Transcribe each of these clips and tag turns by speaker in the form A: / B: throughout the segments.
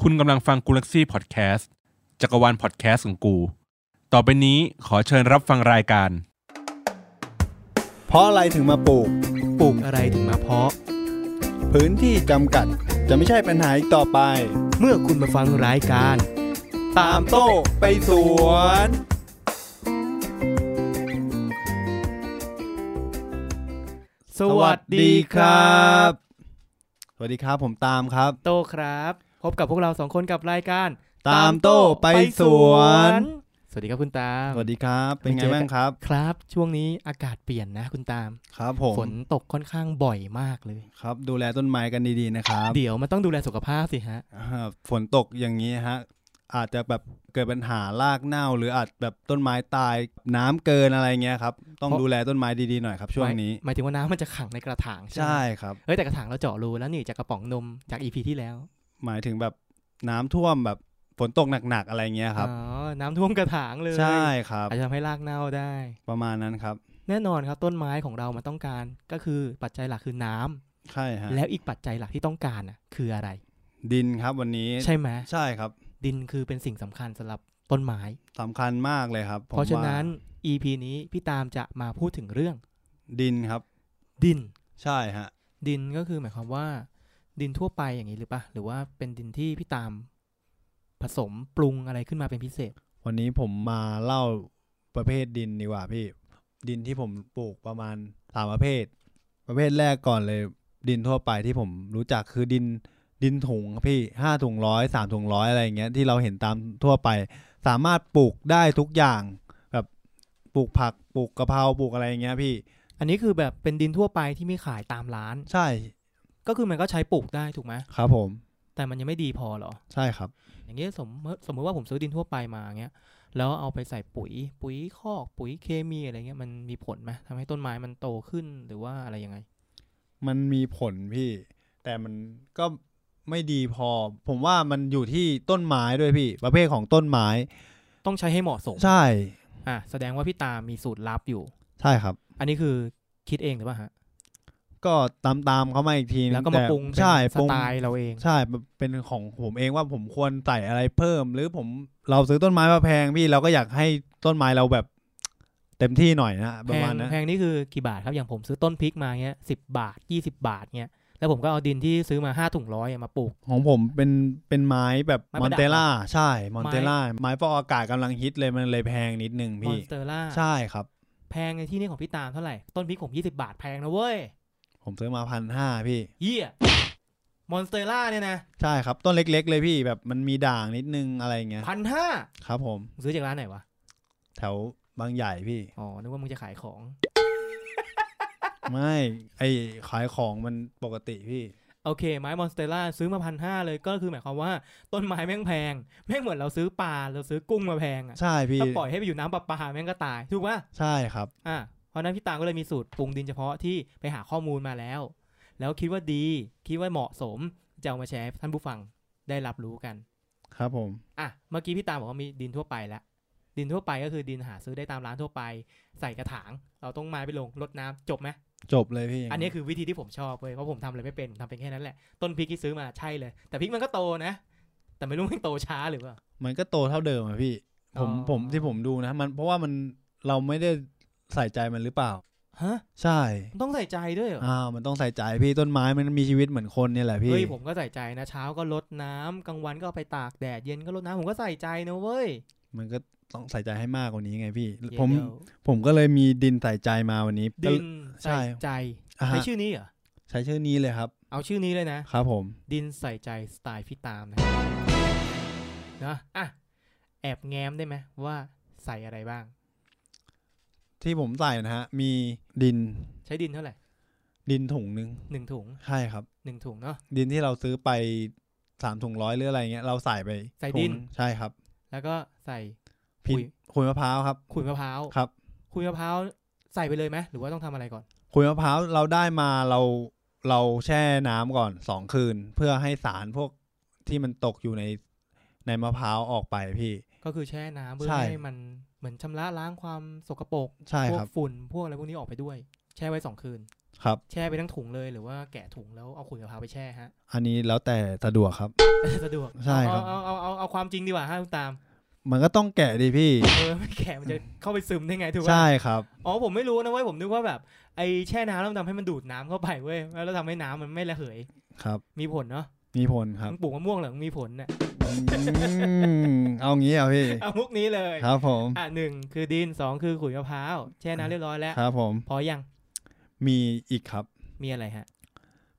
A: คุณกำลังฟังกูลักซี่พอดแคสต์จักรวาลพอดแคสต์ของกู ต่อไปนี้ขอเชิญรับฟังรายการ
B: เพราะอะไรถึงมาปลูก
C: ปลูกอะไรถึงมาเพาะ
B: พื้นที่จำกัด จะไม่ใช่ปัญหาอีกต่อไป
C: เมื่อคุณมาฟังรายการ
B: ตามโต้ไปสวน
C: สวัสดีครับ
B: สวัสดีครับผมตามครับ
C: โตครับ พบกับพวกเราสองคนกับรายการ
B: ตามโต้ไปสวน
C: สวัสดีครับคุณตาม
B: สวัสดีครับ เป็นไง
C: ไม่เจอกัน
B: บ้างครับ
C: ครับ ช่วงนี้อากาศเปลี่ยนนะคุณตาม
B: ครับผ
C: ฝ
B: ม
C: นตกค่อนข้างบ่อยมากเลย
B: ครับ ดูแลต้นไม้กันดีๆนะครับ
C: เดี๋ยวมันต้องดูแลสุขภาพสิฮะ
B: อ่าฝนตกอย่างนี้ฮะ อาจจะแบบเกิดปัญหารากเน่า หรืออาจแบบต้นไม้ตายน้ำเกินอะไรเงี้ยครับ ต้อง
C: เพราะ
B: ดูแลต้นไม้ดีๆหน่อยครับ ช่วงนี้
C: หมายหมายถึงว่าน้ำมันจะขังในกระถางใช่ไหม
B: ใช่ครับ
C: เอ้ยแต่กระถางเราเจาะรูแล้วนี่จากกระป๋องนมจากอีพีที่แล้ว
B: หมายถึงแบบน้ำท่วมแบบฝนตกหนักๆอะไรเงี้ยครับ
C: อ๋อน้ำท่วมกระถางเลย
B: ใช่ครับ
C: อาจจะทำให้รากเน่าได้
B: ประมาณนั้นครับ
C: แน่นอนครับต้นไม้ของเรามันต้องการก็คือปัจจัยหลักคือน้ำ
B: ใช่ฮะ
C: แล้วอีกปัจจัยหลักที่ต้องการน่ะคืออะไร
B: ดินครับวันนี้
C: ใช่ไหม
B: ใช่ครับ
C: ดินคือเป็นสิ่งสำคัญสำหรับต้นไม้
B: สำคัญมากเลยครับผม
C: เพราะฉะนั้น
B: ว่
C: EP นี้พี่ตามจะมาพูดถึงเรื่อง
B: าดินครับ
C: ดิน
B: ใช่ฮะ
C: ดินก็คือหมายความว่า ดินทั่วไปอย่างนี้หรือปะหรือว่าเป็นดินที่พี่ตาม ผสมปรุงอะไรขึ้นมาเป็นพิเศษ
B: วันนี้ผมมาเล่าประเภทดินดีกว่าพี่ ดินที่ผมปลูกประมาณสามประเภท ประเภทแรกก่อนเลย ดินทั่วไปที่ผมรู้จักคือดินดินถุงครับพี่ห้าถุงร้อยสามถุงร้อยอะไรอย่างเงี้ยที่เราเห็นตามทั่วไป สามารถปลูกได้ทุกอย่าง แบบปลูกผักปลูกกะเพราปลูกอะไรอย่างเงี้ยพี่
C: อันนี้คือแบบเป็นดินทั่วไปที่ไม่ขายตามร้าน
B: ใช่
C: ก็คือมันก็ใช้ปลูกได้ถูกไหม
B: ครับผม
C: แต่มันยังไม่ดีพอเหรอ
B: ใช่ครับ
C: อย่างเงี้ยสมมติสมมติว่าผมซื้อดินทั่วไปมาเงี้ยแล้วเอาไปใส่ปุ๋ย ปุ๋ยคอกปุ๋ยเคมีอะไรเงี้ยมันมีผลไหมทำให้ต้นไม้มันโตขึ้นหรือว่าอะไรยังไง
B: มันมีผลพี่ แต่มันก็ไม่ดีพอ ผมว่ามันอยู่ที่ต้นไม้ด้วยพี่ ประเภทของต้นไม้
C: ต้องใช้ให้เหมาะสม
B: ใช่
C: อ่ะแสดงว่าพี่ตามมีสูตรลับอยู่
B: ใช่ครับ
C: อันนี้คือคิดเองหรือเปล่าฮะ
B: ก็ตามตามๆเขามาอีกทีนึง
C: แล้วก็มา
B: แต่
C: ปรุงเป็น
B: ใช่
C: ส
B: ปรุง
C: ไตล์เราเอง
B: ใช่เป็นของผมเองว่าผมควรใส่อะไรเพิ่ม หรือผมเราซื้อต้นไม้มาแพงพี่เราก็อยากให้ต้นไม้เราแบบ เต็มที่หน่อยนะป
C: แพ
B: ระมาง ณนะ
C: แพงนี่คือกี่บาทครับอย่างผมซื้อต้นพริกมาเงี้ยสิบาทยี่สิบาทเงี้ยแล้วผมก็เอาดินที่ซื้อมาห้าถุงร้อยอ่ะมาปลูก
B: ของผมเป็นเป็นไม้แบบ
C: ไม้
B: ม
C: ป
B: อ
C: ระ
B: น
C: ดับ
B: เตล่าใช่มอน
C: ไม้
B: เตล่าไม้ฟอกอากาศกำลังฮิตเลยมันเลยแพงนิดนึง
C: มอน
B: พี่
C: สเตอร่า
B: ใช่ครับ
C: แพงในที่นี่ของพี่ตามเท่าไหร่ต้นพริกผมยี่สิบาทแพงนะเว้ย
B: ผมซื้อมาพันห้าพี่
C: เยี่ยมอนสเตอร่าเนี่ยนะ
B: ใช่ครับ ต้นเล็ก ๆ เลยพี่แบบมันมีด่างนิดนึงอะไรอย่างเงี้ย
C: พันห้า
B: ครับผม
C: ซื้อจากร้านไหนวะ
B: แถวบางใหญ่พี่
C: อ๋อ นึกว่ามึงจะขายของ
B: ไม่ไอขายของมันปกติพี่
C: โอเค ไม้มอนสเตล่าซื้อมาพันห้าเลยก็คือหมายความว่าต้นไม้แม่งแพง แม่งเหมือนเราซื้อปลาเราซื้อกุ้งมาแพงอะ
B: ใช่พี่
C: ถ้าปล่อยให้ไปอยู่น้ำประปาแม่งก็ตาย ถูกปะ
B: ใช่ครับ
C: อ่ะเพราะฉะนั้นพี่ตางก็เลยมีสูตรปรุงดินเฉพาะที่ไปหาข้อมูลมาแล้ว แล้วคิดว่าดี คิดว่าเหมาะสม จะเอามาแชร์ให้ท่านผู้ฟังได้รับรู้กัน
B: ครับผม
C: อ่ะ เมื่อกี้พี่ตามบอกว่ามีดินทั่วไปแล้ว ดินทั่วไปก็คือดินหาซื้อได้ตามร้านทั่วไป ใส่กระถาง เราต้องไม้ไปลงรดน้ำจบไหม
B: จบเลยพี่
C: อันนี้คือวิธีที่ผมชอบเว้ยเพราะผมทำอะไรไม่เป็นผมทำเป็นแค่นั้นแหละ ต้นพริกที่ซื้อมาใช่เลย แต่พริกมันก็โตนะ แต่ไม่รู้มันโตช้าหรือเปล่า
B: มันก็โตเท่าเดิมอะพี่ ผม
C: อ๋อ
B: ผมที่ผมดูนะ มันเพราะว่ามันเราไม่ได้ใส่ใจมันหรือเปล่า
C: ฮะ
B: ใช่
C: มันต้องใส่ใจด้วยเหรอ
B: อ่ามันต้องใส่ใจพี่ต้นไม้มันมีชีวิตเหมือนคนเนี่ยแหละพี่
C: เฮ้ยผมก็ใส่ใจนะเช้าก็ลดน้ำกลางวันก็เอาไปตากแดดเย็นก็ลดน้ำผมก็ใส่ใจนะเว้ย
B: มันก็ต้องใส่ใจให้มากกว่านี้ไงพี่
C: เดี๋ยว
B: ผมผมก็เลยมีดินใส่ใจมาวันนี้
C: ดิน
B: ใช่
C: ใส่ใจ
B: อ่า
C: ใช้
B: ฮะ
C: ชื่อนี้เหรอ
B: ใช้ชื่อนี้เลยครับ
C: เอาชื่อนี้เลยนะ
B: ครับผม
C: ดินใส่ใจสไตล์พี่ตามนะนะอ่ะแอบแง้มได้ไหมว่าใส่อะไรบ้าง
B: ที่ผมใส่นะฮะ มีดิน
C: ใช้ดินเท่าไหร่
B: ดินถุงหนึง
C: หนึ่งถุง
B: ใช่ครับ
C: หนึ่งถุงเนาะ
B: ดินที่เราซื้อไปสามถุงร้อยหรืออะไรเงี้ยเราใส่ไป
C: ใส่ดิน
B: ถุงใช่ครับ
C: แล้วก็ใส่
B: พิน
C: ปุ๋ย
B: ขุยมะพร้าวครับ
C: ขุยมะพร้าว
B: ครับ
C: ขุยมะพร้าวใส่ไปเลยไหมหรือว่าต้องทำอะไรก่อน
B: ขุยมะพร้าวเราได้มาเราเราแช่น้ำก่อนสองคืน เพื่อให้สารพวกที่มันตกอยู่ในในมะพร้าวออกไปพี่
C: ก็คือแช่น้ำเพื่อ
B: ใช่
C: ให้มันเหมือนชำระล้างความสกปรก
B: ใช่
C: พว
B: ค
C: ก
B: รับ
C: ฝุ่นพวกอะไรพวกนี้ออกไปด้วย แช่ไว้สองคืน
B: ครับ
C: แช่ไปทั้งถุงเลยหรือว่าแกะถุงแล้วเอาขุยมะพร้าวไปแช่ฮะ
B: อันนี้แล้วแต่สะดวกครับ
C: สะดวก
B: ใช่ครับ
C: เอาเอาเอาเอาเอาความจริงดีกว่าฮะคุณตาม
B: มันก็ต้องแกะดิพี่
C: เออ ไม่แกะมันจะเข้าไปซึมได้ไงถูกปะ
B: ใช่ครับ
C: อ๋อผมไม่รู้นะเว้ยผมนึกว่าแบบไอ้แช่น้ำแล้วมันทำให้มันดูดน้ำเข้าไปเว้ยแล้วทำให้น้ำมันไม่ระเหย
B: ครับ
C: มีผลเนาะ
B: มีผลครับ
C: มึงปลูกมะม่วงเหรอมึงมีผลน่ะ
B: อืมเอางี้เอาพี่
C: เอามุกนี้เลย
B: ครับผม
C: อ่ะหนึ่งคือดินสองคือขุยมะพร้าวแช่น้ำเรียบร้อยแล้ว
B: ครับผม
C: พอยัง
B: มีอีกครับ
C: มีอะไรฮะ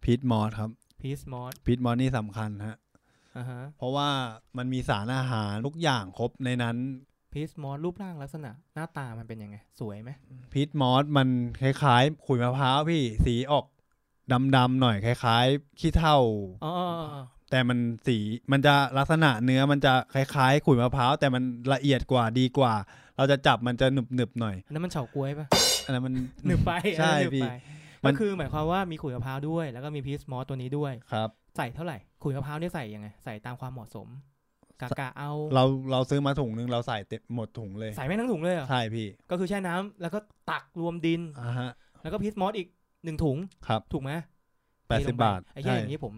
B: พีทมอสครับ
C: พีซมอส
B: พีทมอสนี่สำคัญฮะ
C: อ่าฮะ
B: เพราะว่ามันมีสารอาหารทุกอย่างครบในนั้น
C: พีซมอสรูปร่างลักษณะหน้าตามันเป็นยังไง สวยไหม
B: พีทมอสมันคล้ายๆขุยมะพร้าวพี่ สีออกดำๆหน่อยคล้ายๆขี้เถ้า
C: อ๋ออ๋ออ๋ออ๋อ
B: แต่มันสีมันจะลักษณะเนื้อมันจะคล้ายๆ ขุยมะพร้าวแต่มันละเอียดกว่าดีกว่า เราจะจับมันจะหนึบหนึบๆหน่อย
C: อันนั้นมันเฉาก๊วย ปะ
B: อันนั้นมัน
C: หนึบไป
B: ใช่
C: อันนั้นหนึบ
B: พี่
C: ไป
B: มั
C: ก็
B: น
C: คือหมายความว่ามีขุยมะพร้าวด้วย แล้วก็มีพีซมอสตัวนี้ด้วย
B: ครับ
C: ใส่เท่าไหร่ขุยมะพร้าวเนี่ยใส่ยังไงใส่ตามความเหมาะสมกะกะเอา
B: เราเราซื้อมาถุงนึงเราใส่เต็มหมดถุงเลย
C: ใส่แม่งทั้งถุงเลยเหรอ
B: ใช่พี่
C: ก็คือแช่น้ำแล้วก็ตักรวมดิน
B: อ่าฮะ
C: แล้วก็พีชมอสอีกหนึ่งถุง
B: ครับ
C: ถูกไหม
B: แปด
C: เทล
B: สิบ
C: งไป
B: บาท
C: ไอ้เหี้ยอย่างนี้ผม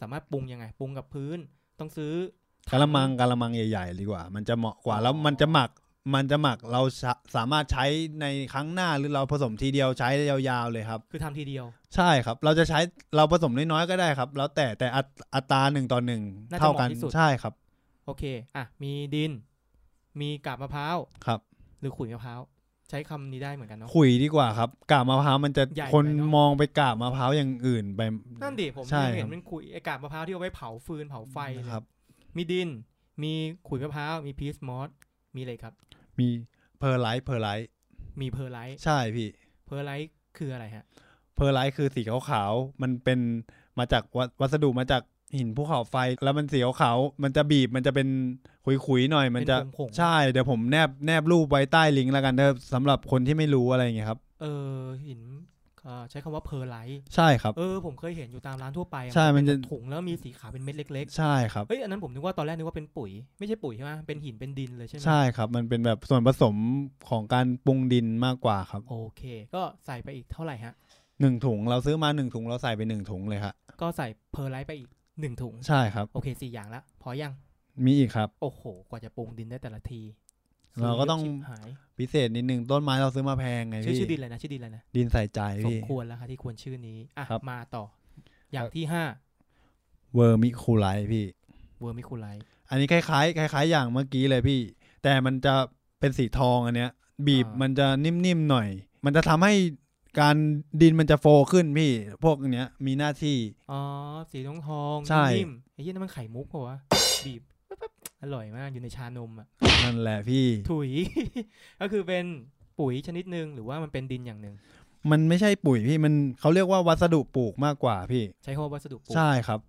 C: สามารถปรุงยังไง ปรุงกับพื้น ต้องซื้อ
B: กะละมังกะละมังใหญ่ๆดีกว่า มันจะเหมาะกว่า
C: อ๋อ
B: แล้วมันจะหมักมันจะหมักเราสะสามารถใช้ในครั้งหน้าหรือเราผสมทีเดียวใช้ได้ยาวๆเลยครับ
C: คือทำทีเดียว
B: ใช่ครับ เราจะใช้เราผสมน้อยๆก็ได้ครับ แล้วแต่แต่อัตอัตราหนึ่งต่อหนึ่ง
C: น่าจะ
B: เท่ากัน
C: เหมาะที่สุด
B: ใช่ครับ
C: โอเค อ่ะ มีดิน มีกาบมะพร้าว
B: ครับ
C: หรือขุยมะพร้าวใช้คำนี้ได้เหมือนกันเนาะ
B: ขุยดีกว่าครับกาบมะพร้าวมันจะ
C: ใหญ่
B: คน
C: ไปเนอะ
B: มองไปกาบมะพร้าวอย่างอื่นไป
C: นั่นดิผม
B: ใช่
C: ยังเห็
B: ครับ
C: นเป็นขุยไอ้กาบมะพร้าวที่เอาไว้เผาฟืนเผาไฟเลย
B: นะครับ
C: มีดิน มีขุยมะพร้าวมีพีชมอสมีอะไรครับ
B: มีเพอร์ไลท์เพอร์ไลท์
C: มีเพอร์ไลท์
B: ใช่พี่
C: เพอร์ไลท์คืออะไรฮะ
B: เพอร์ไลท์คือสีขาวๆมันเป็นมาจากวัสวัสดุมาจากหินภูเขาไฟ แล้วมันสีขาวๆมันจะบีบมันจะเป็นขุยๆหน่อย มันจะ
C: เป็นผงๆ
B: ใช่เดี๋ยวผมแนบแนบรูปไว้ใต้ลิงก์แล้วกันเด้อสำหรับคนที่ไม่รู้อะไรอย่างเงี้ยครับ
C: เออหินเอ่อใช้คำว่าเพอร์ไลท์
B: ใช่ครับ
C: เออผมเคยเห็นอยู่ตามร้านทั่วไปอะ
B: ใช่มัน
C: เป็
B: จะ
C: แบบถุงแล้วมีสีขาวเป็นเม็ดเล็ก
B: ใช่ครับ
C: ๆเอ้ยอันนั้นผมนึกว่าตอนแรกนึกว่าเป็นปุ๋ย ไม่ใช่ปุ๋ยใช่ไหมเป็นหินเป็นดินเลยใช่ไหม
B: ใช่ครับ มันเป็นแบบส่วนผสมของการปรุงดินมากกว่าครับ
C: โอเค ก็ใส่ไปอีกเท่าไหร่ฮะ
B: หนึ่งถุงเราซื้อมาหนึ่งถุงเราใส่ไปหนึ่งถุงเลยครับ
C: ก็ใส่เพอร์ไลท์ไปอีกหนึ่งถุง
B: ใช่ครับ
C: โอเคสี่อย่างละ พอยัง
B: มีอีกครับ
C: โอ้โห กว่าจะปรุงดินได้แต่ละที
B: เราก็ต้อง
C: ซื้เยะชิบหาย
B: พิเศษนิดนึงต้นไม้เราซื้อมาแพงไง
C: ชื่อ
B: พี่
C: ชื่อดินอะไรนะชื่อดินอะไรนะ
B: ดินใส่ใจ
C: สม
B: พี่
C: ควรแล้วค่ะที่ควรชื่อนี้อ่ะ
B: ครับ
C: มาต่อ อย่างที่ห้า
B: เวอร์มิคูไลท์พี่
C: เวอร์มิคูไล
B: อันนี้คล้ายๆคล้าย ๆ อย่างเมื่อกี้เลยพี่ แต่มันจะเป็นสีทองอันเนี้ย บีบมันจะนิ่มๆหน่อย มันจะทำให้การดินมันจะโฟขึ้นพี่ พวกเนี้ยมีหน้าที่
C: อ๋อสีทองทอง
B: ใช่
C: นิ่มๆไอ้ยี่นั่นมันไข่มุกเปล่าวะบีบปั๊บๆอร่อยมากอยู่ในชานมอะ
B: นั่นแหละพี่
C: ถุย ก็คือเป็นปุ๋ยชนิดหนึ่งหรือว่ามันเป็นดินอย่างหนึ่ง
B: มันไม่ใช่ปุ๋ยพี่มันเขาเรียกว่าวัสดุปลูกมากกว่าพี่
C: ใช้คำว่าวัสดุปลูก
B: ใช่ครับ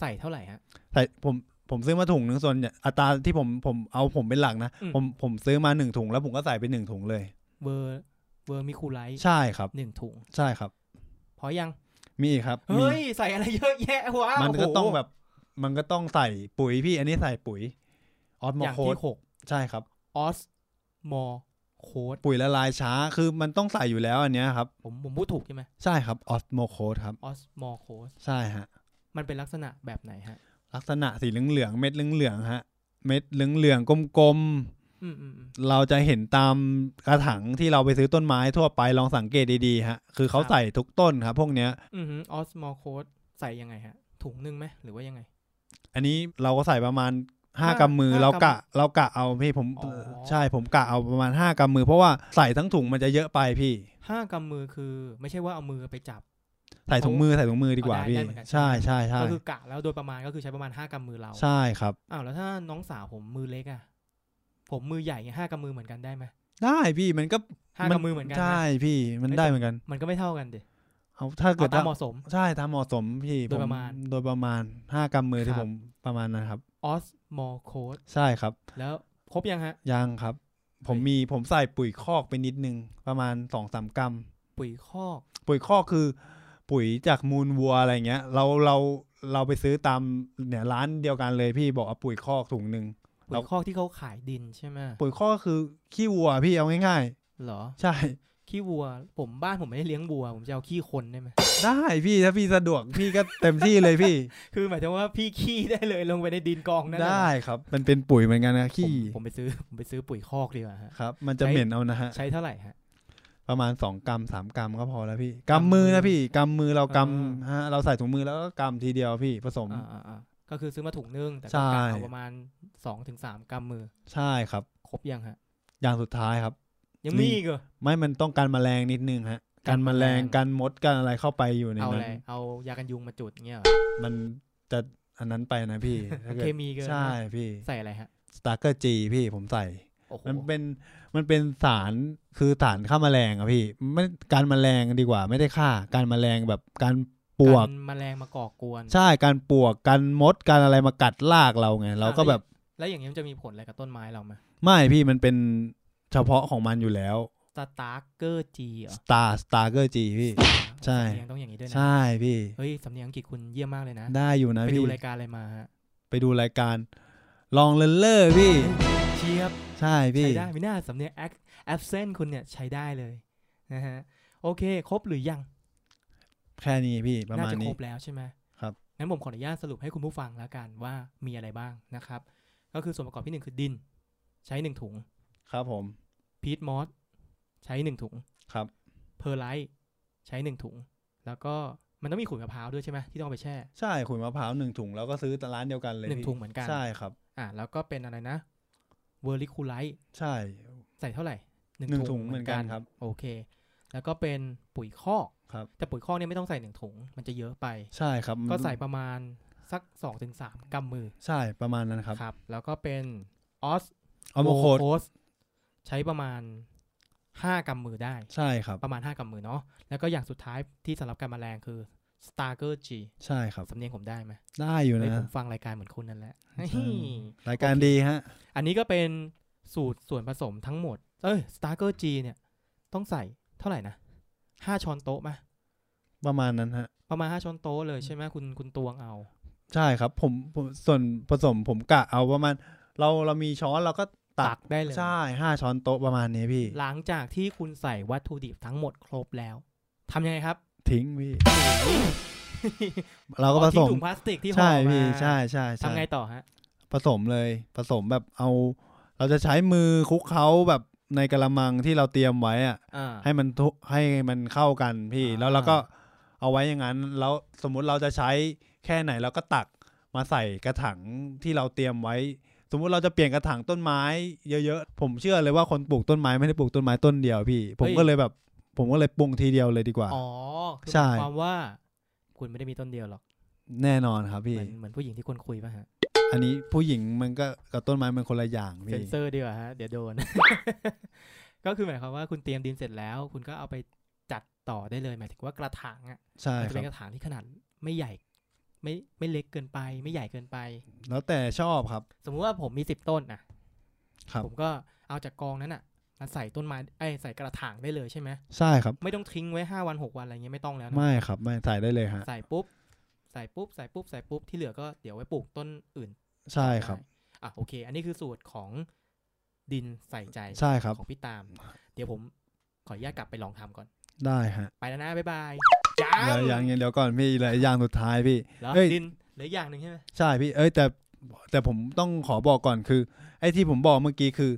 C: ใส่เท่าไหร่ฮะ
B: แต่ผมผมซื้อมาถุงหนึ่งส่วนใหญ่อัตราที่ผมผมเอาผมเป็นหลักนะ
C: อืม
B: ผมผมซื้อมาหนึ่งถุงแล้วผมก็ใส่ไปหนึ่งถุงเลย
C: เวอร์เวอร์มิคูไลท์
B: ใช่ครับ
C: หนึ่งถุง
B: ใช่ครับ
C: พอยัง
B: มีอีกครับมี
C: เฮ้ย ใส่อะไรเยอะแยะวะ
B: มันก็
C: โโห
B: ต้องแบบ มันก็ต้องใส่ปุ๋ยพี่ อันนี้ใส่ปุ๋ยออสโม
C: อย่าง
B: โค
C: ที่
B: ด
C: หก
B: ใช่ครับ
C: ออสมอโคด
B: ปุ๋ยละลายช้าคือมันต้องใส่อยู่แล้วอันเนี้ยครับ
C: ผมผมพูดถูกใช่ไหม
B: ใช่ครับออสโมโคดครับ
C: ออสมอโคด
B: ใช่ฮะ
C: มันเป็นลักษณะแบบไหนฮะ
B: ลักษณะสีเหลืองๆเม็ดเหลืองๆฮะ เม็ดเหลืองๆกลม
C: อืมอืมอืม
B: ๆเราจะเห็นตามกระถางที่เราไปซื้อต้นไม้ทั่วไปลองสังเกตดีๆฮะคือเขา
C: ครับ
B: ใส่ทุกต้นครับ พวกเนี้ย
C: อืมฮึออสมอโคดใส่ยังไงฮะ ถุงหนึ่งไหมหรือว่ายังไง
B: อันนี้เราก็ใส่ประมาณห้า
C: ห้าก
B: ำมือ
C: ห้ากำ
B: เรากะเรากะเอาพี่ผม
C: อ๋อ
B: ใช่ผมกะเอาประมาณห้ากำมือ เพราะว่าใส่ทั้งถุงมันจะเยอะไปพี่
C: ห้ากำมือคือ ไม่ใช่ว่าเอามือไปจับ
B: ใส่ถุงมือใส่ถุงมือดีกว่า
C: เอาได้
B: พี่
C: ได้เหมือนกัน
B: ใช่ใช่ใช่
C: ก็คือกะแล้วโดยประมาณก็คือใช้ประมาณห้ากำมือเรา
B: ใช่ครับ
C: อ้าวแล้วถ้าน้องสาวผมมือเล็กอะผมมือใหญ่เงี้ยห้ากำมือเหมือนกันได้ไหม
B: ได้พี่มันก็
C: ห้ากำมือเหมือนกันนะ
B: ใช่พี่มัน
C: เอ้ย
B: ได้เหมือนกัน
C: มันก็ไม่เท่ากันดิ
B: เอาถ้าเกิด
C: เอาตาม
B: ถ้า
C: เหมาะสม
B: ใช่ตามเหมาะสมพี่
C: โดย
B: ผ
C: ประมาณ
B: โดยประมาณห้ากำมือที่
C: ครับ
B: ผมประมาณนั้นครับ
C: ออสมอโคด
B: ใช่ครับ
C: แล้วครบยังฮะ
B: ยังครับ ผม
C: เฮ้ย
B: มีผมใส่ปุ๋ยคอกไปนิดนึงประมาณสองสามกรัม
C: ปุ๋ยคอก
B: ปุ๋ยคอกคือปุ๋ยจากมูลวัวอะไรเงี้ย เราเราเราไปซื้อตามเนี่ยร้านเดียวกันเลยพี่บอกเอาปุ๋ยคอกถุงหนึ่ง
C: ปุ๋
B: เรา
C: ยคอกที่เขาขายดินใช่ไหม
B: ปุ๋ยคอกก็คือขี้วัวพี่เอาง่าย
C: เหรอ
B: ๆ ใช่
C: ขี้วัว ผมบ้านผมไม่ได้เลี้ยงวัว ผมจะเอาขี้คนได้ไหม
B: ได้พี่ถ้าพี่สะดวกพี่ก็เต็มที่เลยพี่
C: คือหมายถึงว่าพี่ขี้ได้เลยลงไปในดินกองนั่นน่ะ
B: ได้ครับ มันเป็นปุ๋ยเหมือนกันนะ
C: ผม
B: ขี้
C: ผมไปซื้อผมไปซื้อปุ๋ยคอกดีกว่าฮะ
B: ครับ มันจะ
C: ใช้
B: เหม็นเอานะฮะ
C: ใช้เท่าไหร่ฮะ
B: ประมาณ 2 กรัม3 กรัมก็พอแล้วพี่
C: กรัม
B: กำมือ
C: มือ
B: นะพี่กำมือเรา
C: อ่าก
B: กำฮะเราใส่ถุงมือแล้วก็กำทีเดียวพี่ผสม
C: อ่าอ่าอ่าก็คือซื้อมาถุงนึงแต่
B: ใช่
C: ก็กะเอาประมาณสองถึงสามกรัมมือ
B: ใช่ครับ
C: ครบยังฮะ
B: อย่างสุดท้ายครับ
C: ยัง
B: นี่
C: มีอีกเหรอ
B: ไม่มันต้องการแมลงนิดนึงฮะ
C: กั
B: กาน ร
C: แม
B: แม
C: ลง
B: ลงการมดการอะไรเข้าไปอยู่ใน
C: เอา
B: นั้
C: อะ
B: น
C: ไรเอายากันยุงมาจุดเงี้ยเหรอ
B: มันจะอันนั้นไปนะพี่ ถ้าเกิด
C: เคมีเกิน
B: ใช่พี่
C: ใส่อะไรฮะ
B: สตาร์เกอร์จีพี่ผมใส่
C: โอ้โห
B: มันเป็นมันเป็นสารคือสารฆ่าแมลงอะพี่ไม่การแมลงดีกว่า ไม่ได้ฆ่าการแมลงแบบการปวก
C: นแมลงมาก่อกวน
B: ใช่การปวกการมดการอะไรมากัดลากเราไง เราก็แบบ
C: แล้วอย่างนี้ยมันจะมีผลอะไรกับต้นไม้เราไหม
B: ไม่พี่มันเป็นเฉพาะของมันอยู่แล้ว
C: สตาร์เกอร์จีเหรอ
B: สตาร์สตาร์เกอร์จีพี่ ใช่
C: สำเนียงต้องอย่างนี้ด้วยนะ
B: ใช่พี่
C: เฮ้ยสำเนียงอังกฤษคุณเยี่ยมมากเลยนะ
B: ได้อยู่นะ
C: ไปดู
B: พี่
C: รายการอะไรมาฮะ
B: ไปดูรายการ ลองเลนเลอร์พี่
C: เชียบ
B: ใช่พี่
C: ใช้ได้ไม่น่าสำเนียง ac- absent คุณเนี่ยใช้ได้เลยนะฮะโอเค ครบหรือยัง
B: แค่นี้พี่ประ
C: น่า
B: มาณ
C: จะคร
B: นี้
C: บแล้วใช่ไหม
B: ครับ
C: งั้นผมขออนุญาตสรุปให้คุณผู้ฟังแล้วกันว่ามีอะไรบ้างนะครับ ก็คือส่วนประกอบที่หนึ่งคือดิน ใช้หนึ่งถุง
B: ครับผม
C: พีทมอสใช้หนึ่งถุง
B: ครับ
C: เพอร์ไลท์ใช้หนึ่งถุง แล้วก็มันต้องมีขุยมะพร้าวด้วยใช่ไหมที่ต้องเอาไปแช่
B: ใช่ขุยมะพร้าวหนึ่งถุงแล้วก็ซื้อร้านเดียวกันเลย
C: หนึ่ง
B: พี่
C: ถุงเหมือนกัน
B: ใช่ครับ
C: อ่ะแล้วก็เป็นอะไรนะเวอร์ลิคูไลท์
B: ใช่
C: ใส่เท่าไหร่
B: หนึ่งถุงเหมือนกันครับ
C: โอเค แล้วก็เป็นปุ๋ยคอก
B: ครับ
C: แต่ปุ๋ยคอกเนี่ยไม่ต้องใส่หนึ่งถุง มันจะเยอะไป
B: ใช่ครับ
C: ก็ใส่ประมาณสักสองถึงสามกำมือ
B: ใช่ประมาณนั้นครับ
C: ครับ แล้วก็เป็นออส
B: เอาโมโคด
C: โคสใช้ประมาณห้ากำมือได้
B: ใช่ครับ
C: ประมาณห้ากำมือเนาะแล้วก็อย่างสุดท้ายที่สำหรับการแมลงคือ Starger G
B: ใช่ครับ
C: สำเนียงผมได้ไหม
B: ได้อยู่
C: เฮ้ย
B: นะ
C: ผมฟังรายการเหมือนคุณนั่นแหละ
B: ใช่
C: เฮ้ย
B: รายการดีฮะ
C: อันนี้ก็เป็นสูตรส่วนผสมทั้งหมด เอ้ย Starger G เนี่ย ต้องใส่เท่าไหร่นะห้าช้อนโต๊ะมา
B: ประมาณนั้นฮะ
C: ประมาณห้าช้อนโต๊ะเลยใช่ไหมคุณคุณตวงเอา
B: ใช่ครับผมผมส่วนผสมผมกะเอาประมาณ เราเรามีช้อนเราก็ตั
C: ตั
B: ก
C: กได้เลย
B: ใช่ห้าช้อนโต๊ะประมาณนี้พี่
C: หลังจากที่คุณใส่วัตถุดิบทั้งหมดครบแล้วทำยังไงครับ
B: ทิ้งพี่ เราก็ผ
C: อ๋อ
B: ส
C: ทิ้ง
B: ม
C: ถุงพลาสติกที่ห่อ
B: ใช่
C: มา
B: พี่ใช่ใช่ใช่
C: ทำไงต่อฮะ
B: ผสมเลยผสมแบบเอา เราจะใช้มือคลุกเขาแบบในกระมังที่เราเตรียมไว้อะ
C: อ่า
B: ให้มันทุให้มันเข้ากันพี่
C: อ่า
B: แล้วเราก็เอาไว้อย่างนั้น แล้วสมมุติเราจะใช้แค่ไหนเราก็ตักมาใส่กระถางที่เราเตรียมไว้ สมมุติเราจะเปลี่ยนกระถางต้นไม้เยอะๆผมเชื่อเลยว่าคนปลูกต้นไม้ไม่ได้ปลูกต้นไม้ต้นเดียวพี่ ผมก็เลยแบบ ผมก็เลยปรุงทีเดียวเลยดีกว่า
C: อ๋อคือ
B: ใช่
C: หมายความว่า คุณไม่ได้มีต้นเดียวหรอก
B: แน่นอนครับ
C: เห
B: พี่
C: มือนเหมือนผู้หญิงที่คุณคุยป่ะฮะ
B: อันนี้ผู้หญิงมันก็กับต้นไม้มันคนละอย่าง
C: เซ็
B: พี่
C: นเซอร์ดีกว่าฮะ เดี๋ยวโดน ก็คือหมายความว่าคุณเตรียมดินเสร็จแล้ว คุณก็เอาไปจัดต่อได้เลย หมายถึงว่ากระถางอ่ะ
B: ใช่
C: มัน
B: ค
C: จะ
B: รับ
C: เป็นกระถางที่ขนาดไม่ใหญ่ ไม่ไม่เล็กเกินไป ไม่ใหญ่เกินไป
B: แล้วแต่ชอบครับ
C: สมมุติว่าผมมีสิบต้นอ่ะ
B: ครับ
C: ผมก็เอาจากกองนั้นอ่ะมาใส่ต้นไม้ไอ้ยใส่กระถางได้เลยใช่ไหม
B: ใช่ครับ
C: ไม่ต้องทิ้งไว้ห้าวันหกวันอะไรเงี้ยไม่ต้องแล้วนะ
B: ไม่ครับไม่ใส่ได้เลยฮะ
C: ใส่ปุ๊บ ใส่ปุ๊บ ใส่ปุ๊บ ใส่ปุ๊บ ที่เหลือก็เดี๋ยวไว้ปลูกต้นอื่น
B: ใช่ครับ
C: ได้อ่ะโอเค อันนี้คือสูตรของดินใส่ใจ
B: ใช่ครับ
C: ของพี่ตาม เดี๋ยวผมขออนุญาตกลับไปลองทำก่อน
B: ได้ฮะ
C: ไปแล้วนะ บ๊ายบาย
B: เดี๋ยวอย่างเดี๋ยวก่อนพี่เหลืออย่างสุดท้ายพี่
C: เหรอ
B: เอ้ย
C: ดินเหลืออย่างหนึ่งใช่ไหม
B: ใช่พี่ เอ้ยแต่แต่ผมต้องขอบอกก่อนคือ ไอ้ที่ผมบอกเมื่อกี้คือ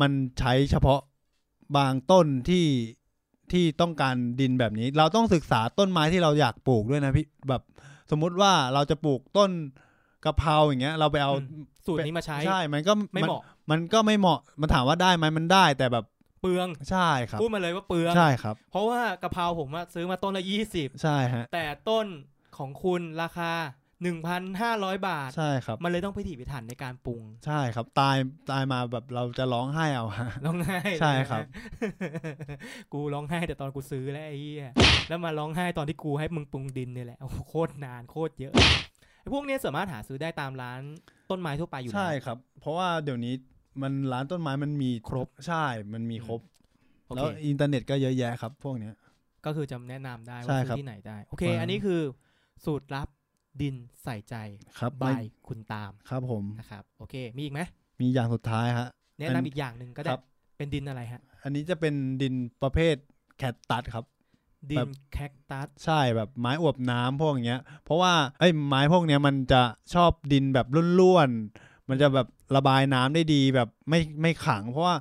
B: มันใช้เฉพาะบางต้นที่ที่ต้องการดินแบบนี้ เราต้องศึกษาต้นไม้ที่เราอยากปลูกด้วยนะพี่แบบสมมุติว่าเราจะปลูกต้นกะเพราอย่างเงี้ย เราไปเอา
C: อืมสูตรนี้มาใช้
B: ใช่มันก็
C: ไม่
B: น
C: เหมาะ
B: มันก็ไม่เหมาะ มันถามว่าได้ไหมมันได้แต่แบบ
C: เปลือง
B: ใช่ครับ
C: พูดมาเลยว่าเปลือง
B: ใช่ครับ
C: เพราะว่ากะเพราผมอะซื้อมาต้นละยี่สิบ
B: ใช่ฮะ
C: แต่ต้นของคุณราคาหนึ่งพันห้าร้อยบาท
B: ใช่ครับ
C: มันเลยต้องพิถีพิถันในการปรุง
B: ใช่ครับ ตายตายมาแบบเราจะร้องไห้เอาฮะ
C: ร้องไห้
B: ใช่
C: เลยนะครับ กูร้องไห้แต่ตอนกูซื้อแล้วไอ้เหี้ยแล้วมาร้องไห้ตอนที่กูให้มึงปรุงดินเนี่ยแหละโอ้โหโคตรนานโคตรเยอะไอ้พวกเนี้ยสามารถหาซื้อได้ตามร้านต้นไม้ทั่วไปอยู่แล้ว
B: ใช่ครับ เพราะว่าเดี๋ยวนี้มันร้านต้นไม้มันมีครบใช่ มันมีครบ
C: โอ
B: แล้
C: เคว
B: อินเทอร์เน็ตก็เยอะแยะครับ พวกเนี้ย
C: ก็คือจะแนะนำได้
B: ใช่
C: ว่า
B: ครับ
C: ซื้อที่ไหนได้ โอเค
B: ว้าว
C: อันนี้คือสูตรลับดินใส่ใจ
B: ครับ
C: บา
B: ไม่
C: ยคุณตาม
B: ครับผม
C: นะครับโอเค มีอีกไหม
B: มีอย่างสุดท้ายฮะ
C: แนะนำอีกอย่างหนึ่งก็ได้
B: ครับ
C: เป็นดินอะไรฮะ
B: อันนี้จะเป็นดินประเภท แคคตัสครับ
C: ดิ
B: แบ
C: น
B: บ
C: แคคตัส
B: ใช่แบบไม้อวบน้ำพวกอย่างเงี้ย เพราะว่าไอ้ยไม้พวกเนี้ยมันจะชอบดินแบบร่วนๆมันจะแบบระบายน้ำได้ดีแบบไม่ไม่ขัง เพราะว่า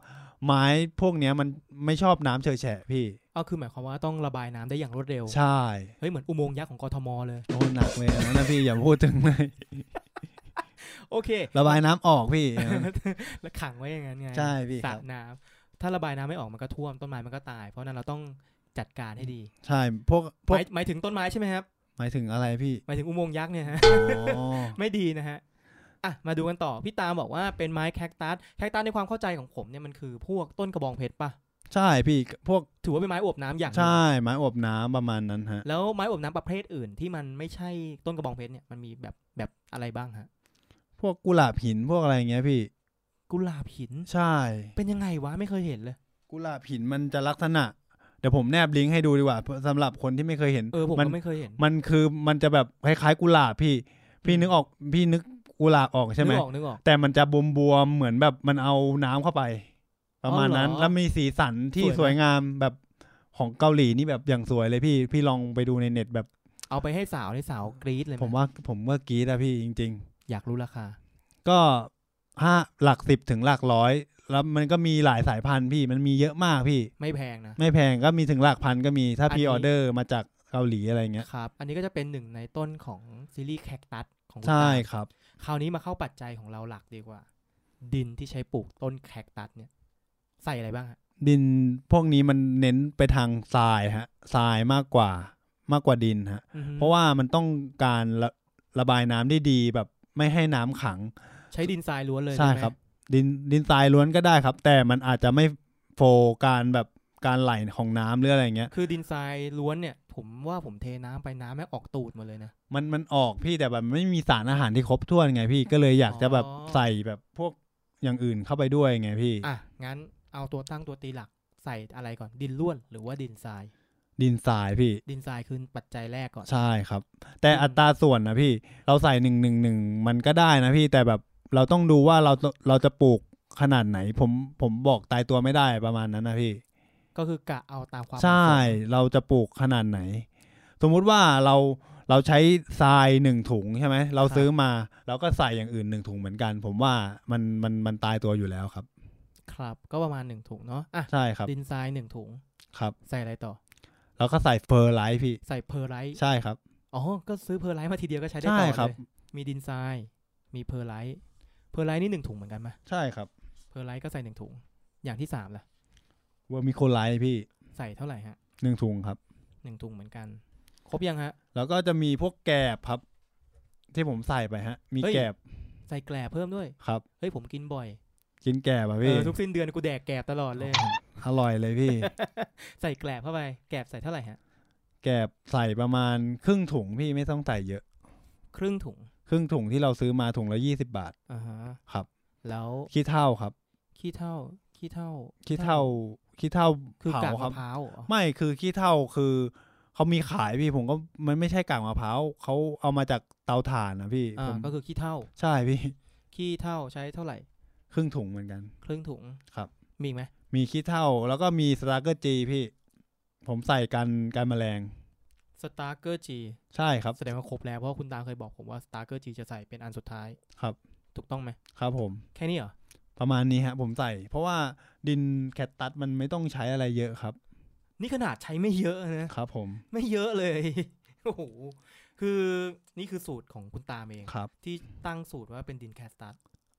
B: ไม้พวกเนี้ยมันไม่ชอบน้ำเฉยแฉะพี่
C: เอาคือหมายความว่าต้องระบายน้ำได้อย่างรวดเร็ว
B: ใช่
C: เฮ้ยเหมือนอุโมงค์ยักษ์ของกทมเลย
B: โอ้หนักเลยอันนะพี่อย่าพูดถึงเลย
C: โอเค
B: ระบายน้ำออกพี่อย่างนั้น
C: แล้วขังไว้อย่างนั้นไง
B: ใช่พี่ค
C: สระ
B: รับ
C: น้ำถ้าระบายน้ำไม่ออกมันก็ท่วมต้นไม้มันก็ตาย เพราะฉะนั้นเราต้องจัดการให้ดี
B: ใช่พวกพ
C: ห
B: วก
C: มายหมายถึงต้นไม้ใช่ไหมครับ
B: หมายถึงอะไรพี่
C: หมายถึงอุโมงค์ยักษ์เนี่ยฮะ
B: อ๋อ
C: ไม่ดีนะฮะ อ่ะ มาดูกันต่อ พี่ตามบอกว่าเป็นไม้แคคตัส แคคตัสในความเข้าใจของผมเนี่ยมันคือพวกต้นกระบองเพชรปะ
B: ใช่พี่พวก
C: ถือว่าเป็นไม้อวบน้ำอย่างหนึ่ง
B: ใช่ไม้อวบน้ำประมาณนั้นฮะ
C: แล้วไม้อวบน้ำประเภทอื่นที่มันไม่ใช่ต้นกระบองเพชรเนี่ยมันมีแบบแบบอะไรบ้างฮะ
B: พวกกุหลาบหินพวกอะไรอย่างเงี้ยพี่
C: กุหลาบหิน
B: ใช่
C: เป็นยังไงวะไม่เคยเห็นเลย
B: กุหลาบหินมันจะลักษณะ เดี๋ยวผมแนบลิงก์ให้ดูดีกว่าสำหรับคนที่ไม่เคยเห็น
C: เออผม
B: มั
C: ก็ไม่เคยเห็น
B: มันคือมันจะแบบคล้ายๆกุหลาบพี่ พี่นึกออกพี่นึกกุหลาบออกใช่ไหม
C: นึกออกนึกออก
B: แต่มันจะบวมๆเหมือนแบบมันเอาน้ำเข้าไป ประมาณนั้น
C: อ๋อเหรอ
B: แล้วมีสีสันที่
C: สว
B: สว
C: ยไหม
B: ยงามแบบของเกาหลีนี่แบบอย่างสวยเลยพี่ พี่ลองไปดูในเน็ตแบบ
C: เอาไปให้สาวในสาวกรี๊ดเลยไห
B: ผมว่าผมว่ากรีดอะพี่จริง ๆ
C: อยากรู้ราคา
B: ก็ห้าหลักสิบถึงหลักร้อย แล้วมันก็มีหลายสายพันธุ์พี่มันมีเยอะมากพี่
C: ไม่แพงนะ
B: ไม่แพงก็มีถึงหลักพันก็มีถ้า
C: อันนี้
B: พี่ออเดอร์มาจากเกาหลีอะไรเงี้ย
C: ครับ อันนี้ก็จะเป็นหนึ่งในต้นของซีรีส์แคคตัสของคุณ
B: ใช่
C: ตา
B: ครับ
C: คราวนี้มาเข้าปัจจัยของเราหลักดีกว่า ดินที่ใช้ปลูกต้นแคคตัสเนี่ย ใส่อะไรบ้างฮะ
B: ดินพวกนี้มันเน้นไปทางทรายฮะทรายมากกว่ามากกว่าดินฮะ
C: อือฮึ
B: เพราะว่ามันต้องการระระบายน้ำได้ดีแบบไม่ให้น้ำขัง
C: ใช้ดินทรายล้วนเลย
B: ใช่
C: ไหม
B: ครับ ดินดินทรายล้วนก็ได้ครับ แต่มันอาจจะไม่โฟล์การแบบการไหลของน้ำหรืออะไรเงี้ย
C: คือดินทรายล้วนเนี่ย ผมว่าผมเทน้ำไปน้ำแม่งออกตูดหมาเลยนะ
B: มันมันออกพี่แต่แบบมันไม่มีสารอาหารที่ครบถ้วนไงพี่ก็เลยอยากจะแบบ
C: อ๋อ
B: ใส่แบบพวกอย่างอื่นเข้าไปด้วยไงพี่
C: อ่ะ งั้นเอาตัวตั้งตัวตีหลักใส่อะไรก่อน ดินล้วนหรือว่าดินทราย
B: ดินทรายพี่
C: ดินทรายคือปัจจัยแรกก่อน
B: ใช่ครับ แต่
C: อืม
B: อัตราส่วนนะพี่เราใส่หนึ่งหนึ่งหนึ่งมันก็ได้นะพี่แต่แบบเราต้องดูว่าเราเราจะปลูกขนาดไหน ผมผมบอกตายตัวไม่ได้ประมาณนั้นนะพี่
C: ก็คือกะเอาตามความ
B: ใช่
C: เหมาะสม
B: เราจะปลูกขนาดไหน สมมุติว่าเราเราใช้ทรายหนึ่งถุงใช่ไหมเราซื้อมาเราก็ใส่อย่างอื่นหนึ่งถุงเหมือนกัน ผมว่ามันมันมันตายตัวอยู่แล้วครับ
C: ครับ ก็ประมาณหนึ่งถุงเนาะ อ่ะ
B: ใช่ครับ
C: ดินทรายหนึ่งถุง
B: ครับ
C: ใส่อะไรต่อ
B: แล้วก็ใส่เฟอร์ไลท์พี่
C: ใส่เพอร์ไลท์
B: ใช่ครับ
C: อ๋อ ก็ซื้อเพอร์ไลท์มาทีเดียวก็ใช้ได้
B: ใช่
C: ต่อ
B: ครับ
C: เลยมีดินทราย มีเพอร์ไลท์ เพอร์ไลท์นี่หนึ่งถุงเหมือนกันไหม
B: ใช่ครับ
C: เพอร์ไลท์ก็ใส่หนึ่งถุง อย่างที่สามล่ะ
B: เวอร์มิโคไลท์พี่
C: ใส่เท่าไหร่ฮะ
B: หนึ่งถุงครับ
C: หนึ่งถุงเหมือนกัน ครบยังฮะ
B: แล้วก็จะมีพวกแกบครับ ที่ผมใส่ไปฮะ มี
C: เฮ้ย
B: แกบ
C: ใส่แกลบเพิ่มด้วย
B: ครับ
C: เฮ้ย ผมกินบ่อย
B: กินแกบอ่ะ
C: เอ
B: พี่
C: อทุกสิ้นเดือนกูแดกแกลบตลอดเลย
B: อร่อยเลยพี่
C: ใส่แกลบเข้าไป แกลบใส่เท่าไหร่ฮะ
B: แกบใส่ประมาณครึ่งถุงพี่ไม่ต้องใส่เยอะ
C: ครึ่งถุง
B: ครึ่งถุงที่เราซื้อมาถุงละยี่สิบาท
C: อ่าฮะ
B: ครับ
C: แล้ว
B: ขี้เท่าครับ
C: ขี้เท่าขี้เท่า
B: ขี้เท่าขี้เท่า
C: คื
B: เผาก
C: อาก
B: ครั
C: มะ
B: บ
C: พร้าวเหรอ
B: ไม่คือขี้เท่าคือเขามีขายพี่ผมก็มันไม่ใช่กากมะพร้าวเขาเอามาจากเตาถ่านนะพี่
C: อ่า
B: ผม
C: ก็คือขี้เท่า
B: ใช่พี่
C: ขี้เท่าใช้เท่าไหร่
B: ครึ่งถุงเหมือนกัน
C: ครึ่งถุง
B: ครับ
C: มีอีกไหม
B: มีขี้เท่าแล้วก็มีสตาร์เกอร์จีพี่ ผมใส่กันกันแมลง
C: สตาร์เกอร์จี
B: ใช่ครับ
C: แสดงว่าครบแล้วเพราะว่าคุณตาเคยบอกผมว่าสตาร์เกอร์จีจะใส่เป็นอันสุดท้าย
B: ครับ
C: ถูกต้องไหม
B: ครับผม
C: แค่นี้เหรอ
B: ประมาณนี้ฮะผมใส่ เพราะว่าดินแคตตัสมันไม่ต้องใช้อะไรเยอะครับ
C: นี่ขนาดใช้ไม่เยอะนะ
B: ครับผม
C: ไม่เยอะเลย โอ้โห คือนี่คือสูตรของคุณตามเอง
B: ครับ
C: ที่ตั้งสูตรว่าเป็นดินแคสตัส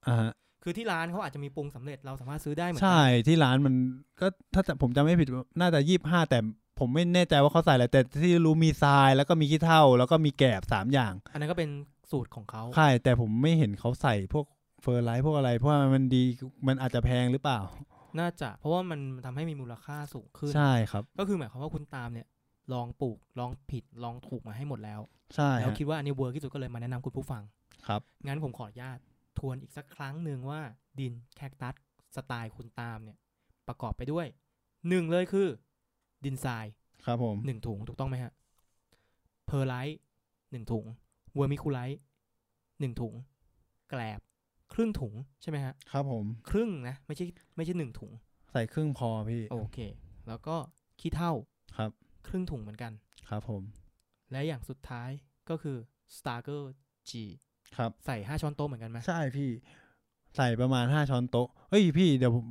B: อ่าฮะ
C: คือที่ร้านเขาอาจจะมีปรุงสำเร็จเราสามารถซื้อได้เหมือน
B: ใช่
C: กัน
B: ที่ร้านมันก็ถ้าจะผมจำไม่ผิดน่าจะยี่บห้าแต่ผมไม่แน่ใจว่าเขาใส่อะไรแต่ที่รู้มีทรายแล้วก็มีขี้เท่า แล้วก็มีแกบสามอย่าง
C: อันนั้นก็เป็นสูตรของเขา
B: ใช่แต่ผมไม่เห็นเขาใส่พวกเฟอร์ไลท์พวกอะไร เพราะว่ามันดีมันอาจจะแพงหรือเปล่า
C: น่าจะ เพราะว่ามันทำให้มีมูลค่าสูงขึ้น
B: ใช่ครับ
C: ก็คือหมายความว่าคุณตามเนี่ย ลองปลูกลองผิดลองถูกมาให้หมดแล้ว
B: ใช่
C: แล้ว
B: ฮะ
C: คิดว่าอันนี้เวิร์กที่สุดก็เลยมาแนะนำคุณผู้ฟัง
B: ครับ
C: งั้นผมขออนุญาตทวนอีกสักครั้งหนึ่งว่าดินแคคตัสสไตล์คุณตามเนี่ย ประกอบไปด้วยหนึ่งเลยคือ ดินทราย
B: ครับผม
C: หนึ่งถุงถูกต้องไหมฮะ เพอร์ไลท์หนึ่งถุงเวอร์มิคูไลท์หนึ่งถุง แกลบ ครึ่งถุงใช่ไหมฮะ
B: ครับผม
C: ครึ่งนะ ไม่ใช่ไม่ใช่หนึ่งถุง
B: ใส่ครึ่งพอพี่
C: โอเค แล้วก็ขี้เท่า
B: ครับ
C: ครึ่งถุงเหมือนกัน
B: ครับผม
C: และอย่างสุดท้ายก็คือ s t a r g e r G
B: ครับ
C: ใส่ 5 ช้อนโต๊ะเหมือนกันไหม
B: ใช่พี่ ใส่ประมาณห้าช้อนโต๊ะเอ้ยพี่เดี๋ยวผม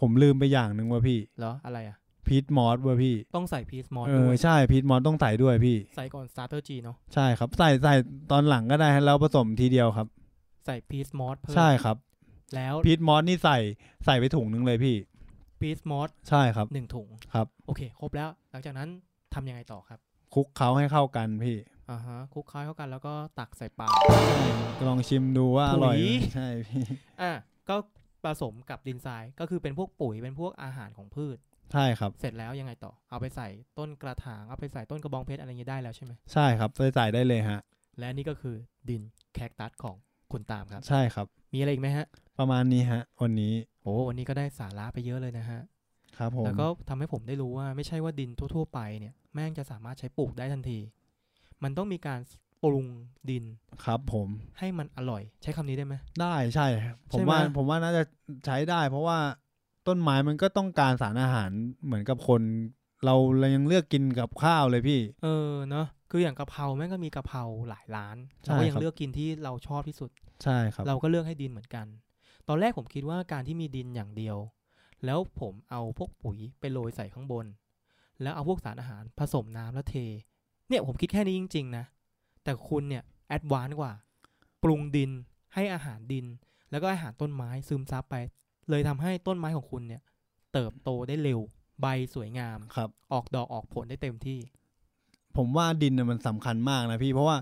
B: ผมลืมไปอย่างหนึ่งว่ะพี่
C: เหรอ อะไรอ่ะ
B: พีทมอสว่ะพี่
C: ต้องใส่พีซมอส
B: เอ
C: ด้
B: อ
C: วย
B: ใช่พีทมอสต้องใส่ด้วยพี่
C: ใส่ก่อน s t a r g e r G เนาะ
B: ใช่ครับ ใส่ใส่ตอนหลังก็ได้ฮะแล้วผสมทีเดียวครับ
C: ใส่พีซมอสเพิ่ม
B: ใช่ครับ
C: แล้ว
B: พีทมอสนี่ใส่ใส่ไปถุงนึงเลยพี่
C: พีซมอส
B: ใช่ครับ
C: หนึ่งถุง
B: ครับ
C: โอเค ครบแล้ว หลังจากนั้นทำยังไงต่อครับ
B: คลุกเขาให้เข้ากันพี่
C: อ่าฮะคลุกเคล้าเข้ากันแล้วก็ตักใส่ปาก
B: ลองชิมดูว่าอร่อยไหม
C: ถุย
B: ใช่พี่
C: อ่ะก็ผสมกับดินทรายก็คือเป็นพวกปุ๋ยเป็นพวกอาหารของพืช
B: ใช่ครับ
C: เสร็จแล้วยังไงต่อ เอาไปใส่ต้นกระถาง เอาไปใส่ต้นกระบองเพชรอะไรเงี้ยได้แล้วใช่ไหม
B: ใช่ครับใส่ใส่ได้เลยฮะ
C: และนี่ก็คือดินแคคตัสของคุณตามครับ
B: ใช่ครับ
C: มีอะไรอีกไหมฮะ
B: ประมาณนี้ฮะวันนี้
C: โอ้วันนี้ก็ได้สาระไปเยอะเลยนะฮะ
B: ครับผม
C: แล้วก็ทำให้ผมได้รู้ว่าไม่ใช่ว่าดินทั่ว ๆ ไปเนี่ย แม่งจะสามารถใช้ปลูกได้ทันที มันต้องมีการปรุงดิน
B: ครับผม
C: ให้มันอร่อย ใช้คำนี้ได้ไหม
B: ได้ใช่ครับผ
C: ใช่
B: ม
C: ไหม
B: ว่าผมว่าน่าจะใช้ได้ เพราะว่าต้นไม้มันก็ต้องการสารอาหารเหมือนกับคน เราเรายังเลือกกินกับข้าวเลยพี่
C: เออเนาะคืออย่างกะเพราแม่งก็มีกะเพราหลายร้าน
B: ใช่
C: เราก็ยั
B: ค
C: ง
B: รับ
C: เลือกกินที่เราชอบที่สุด
B: ใช่ครับ
C: เราก็เลือกให้ดินเหมือนกัน ตอนแรกผมคิดว่าการที่มีดินอย่างเดียว แล้วผมเอาพวกปุ๋ยไปโรยใส่ข้างบน แล้วเอาพวกสารอาหารผสมน้ำแล้วเท เนี่ยผมคิดแค่นี้จริง ๆ นะ แต่คุณเนี่ยแอดวานกว่า ปรุงดินให้อาหารดิน แล้วก็อาหารต้นไม้ซึมซับไป เลยทำให้ต้นไม้ของคุณเนี่ย เติบโตได้เร็ว ใบสวยงาม
B: ครับ
C: ออกดอกออกผลได้เต็มที่
B: ผมว่าดินน่ะมันสำคัญมากนะพี่ เพราะว่า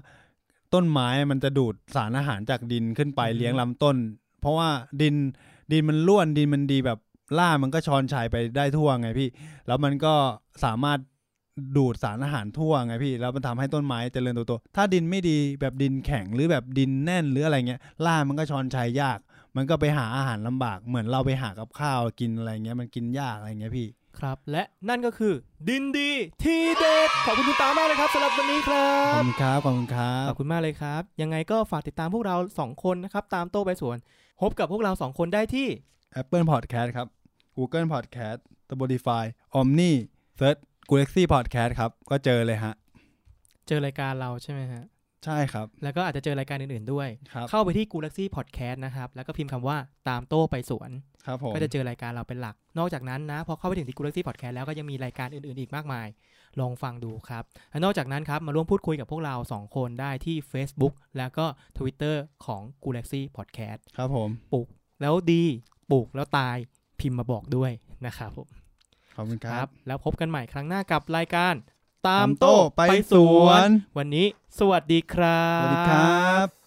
B: ต้นไม้มันจะดูดสารอาหารจากดินขึ้นไป
C: อือฮึ
B: เลี้ยงลำต้น เพราะว่าดินดินมันล้วนดินมันดีแบบล่ามันก็ชอนชัยไปได้ทั่วไงพี่ แล้วมันก็สามารถดูดสารอาหารทั่วไงพี่ แล้วมันทำให้ต้นไม้เจริญเติบโตถ้าดินไม่ดีแบบดินแข็งหรือแบบดินแน่นหรืออะไรเงี้ยล่ามันก็ชอนชัยยาก มันก็ไปหาอาหารลำบากเหมือนเราไปหากับข้าวกินอะไรเงี้ยมันกินยากอะไรเงี้ยพี่
C: ครับ และนั่นก็คือ ดินดีที่เด็ดขอบคุณคุณตามากเลยครับสำหรับวันนี้ครั
B: ขอบบ คุณครับขอบคุณครั
C: ข
B: บ
C: อบคุณมากเลยครับ ยังไงก็ฝากติดตามพวกเรา 2 คนนะครับ ตามโต้ไปสวนพบกับพวกเรา 2 คนได้ที่
B: แอปเปิลพอดแคสต์ครับ Google Podcast Spotify Omni Search g a l a x y Podcast ครับ ก็เจอเลยฮะ
C: เจอรายการเราใช่ไหมฮะ
B: ใช่ครับ
C: แล้วก็อาจจะเจอรายการอื่นๆด้วย
B: ครับ
C: เข้าไปที่ Galaxy Podcast นะครับ แล้วก็พิมพ์คำว่าตามโต้ไปสวน
B: ครับผม
C: ก็จะเจอรายการเราเป็นหลัก นอกจากนั้นนะ พอเข้าไปถึงที่ Galaxy Podcast แล้วก็ยังมีรายการอื่นๆอีกมากมาย ลองฟังดูครับและนอกจากนั้นครับ มาร่วมพูดคุยกับพวกเรา 2 คนได้ที่ Facebook แล้วก็ Twitter ของ Galaxy Podcast
B: ครับผม
C: แล้วดีปลูกแล้วตายพิมพ์มาบอกด้วยนะครับผม
B: ขอบคุณค
C: ค
B: รั
C: รับ บแล้วพบกันใหม่ครั้งหน้ากับรายการ ตา
B: ตาม ม
C: โต้
B: โต้
C: ไป
B: ไปส
C: สว
B: วน น
C: วันนี้สวัสดีครับ
B: สวัสดีครับ